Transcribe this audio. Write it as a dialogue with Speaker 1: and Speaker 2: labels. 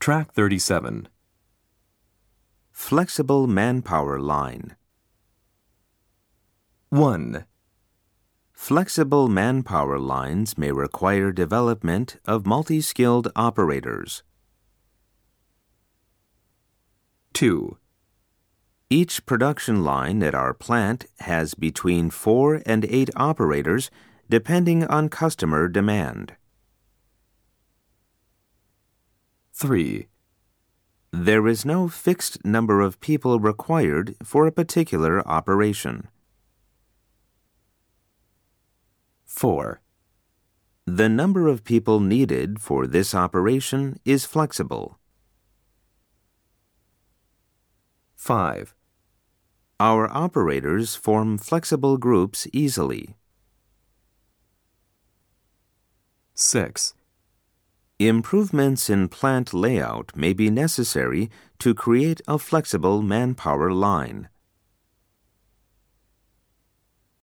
Speaker 1: Track 37.
Speaker 2: Flexible manpower line.
Speaker 1: 1,
Speaker 2: Flexible manpower lines may require development of multi skilled operators.
Speaker 1: 2,
Speaker 2: Each production line at our plant has between four and eight operators, depending on customer demand.
Speaker 1: 3,
Speaker 2: There is no fixed number of people required for a particular operation.
Speaker 1: 4,
Speaker 2: The number of people needed for this operation is flexible.
Speaker 1: 5,
Speaker 2: Our operators form flexible groups easily.
Speaker 1: 6,
Speaker 2: Improvements in plant layout may be necessary to create a flexible manpower line.